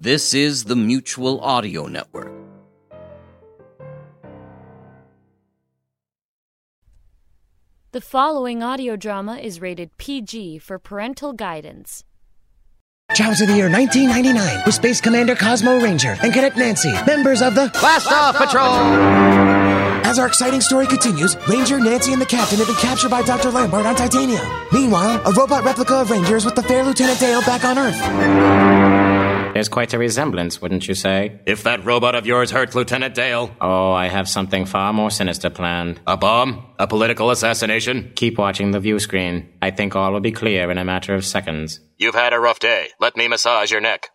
This is the Mutual Audio Network. The following audio drama is rated PG for parental guidance. Chows of the year 1999 with Space Commander Cosmo Ranger and Cadet Nancy, members of the Blast Off Patrol! As our exciting story continues, Ranger, Nancy, and the Captain have been captured by Dr. Lambert on Titania. Meanwhile, a robot replica of Ranger is with the fair Lieutenant Dale back on Earth. There's quite a resemblance, wouldn't you say? If that robot of yours hurt Lieutenant Dale, Oh, I have something far more sinister planned. a bomb, a political assassination. Keep watching the view screen. I think all will be clear in a matter of seconds. You've had a rough day. Let me massage your neck.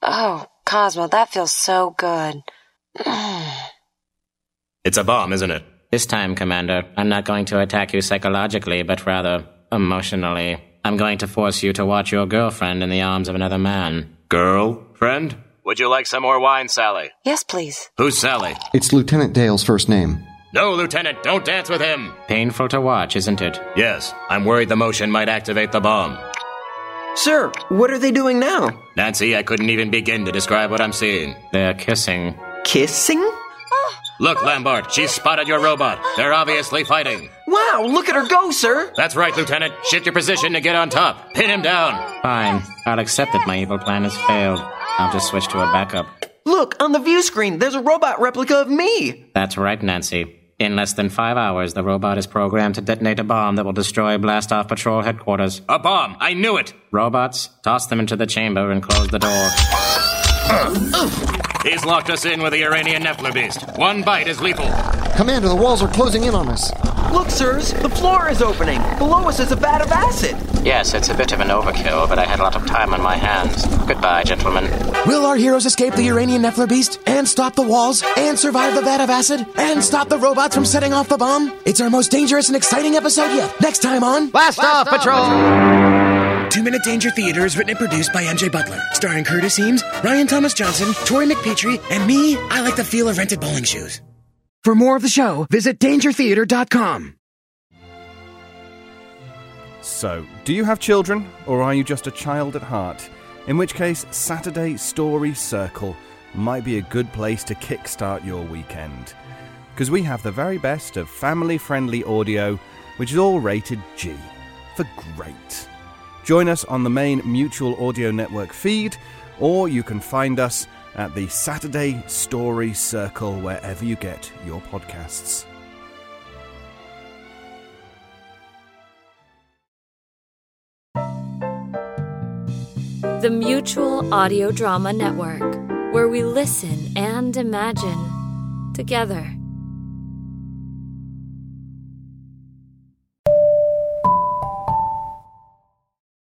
Oh, Cosmo, that feels so good. It's a bomb, isn't it? This time, Commander, I'm not going to attack you psychologically, but rather emotionally. I'm going to force you to watch your girlfriend in the arms of another man. Girl? Friend? Would you like some more wine, Sally? Yes, please. Who's Sally? It's Lieutenant Dale's first name. No, Lieutenant, don't dance with him! Painful to watch, isn't it? Yes, I'm worried the motion might activate the bomb. Sir, what are they doing now? Nancy, I couldn't even begin to describe what I'm seeing. They're kissing. Kissing? Look, Lambert, she's spotted your robot. They're obviously fighting. Wow, look at her go, sir! That's right, Lieutenant. Shift your position to get on top. Pin him down. Fine. I'll accept that my evil plan has failed. I'll just switch to a backup. Look, on the view screen, there's a robot replica of me! That's right, Nancy. In less than five hours, the robot is programmed to detonate a bomb that will destroy Blastoff Patrol headquarters. A bomb. I knew it. Robots, toss them into the chamber and close the door. He's locked us in with the Iranian Nephler beast. One bite is lethal. Commander, the walls are closing in on us. Look, sirs, the floor is opening! Below us is a vat of acid! Yes, it's a bit of an overkill, but I had a lot of time on my hands. Goodbye, gentlemen. Will our heroes escape the Uranian Nephler Beast and stop the walls and survive the vat of acid and stop the robots from setting off the bomb? It's our most dangerous and exciting episode yet. Next time on Blast, Off Patrol! Two Minute Danger Theater is written and produced by MJ Butler, starring Curtis Eames, Ryan Thomas Johnson, Tori McPetrie, and me. I like the feel of rented bowling shoes. For more of the show, visit dangertheater.com. So, do you have children, or are you just a child at heart? In which case, Saturday Story Circle might be a good place to kickstart your weekend. Because we have the very best of family friendly audio, which is all rated G for great. Join us on the main Mutual Audio Network feed, or you can find us at the Saturday Story Circle wherever you get your podcasts. The Mutual Audio Drama Network, where we listen and imagine together.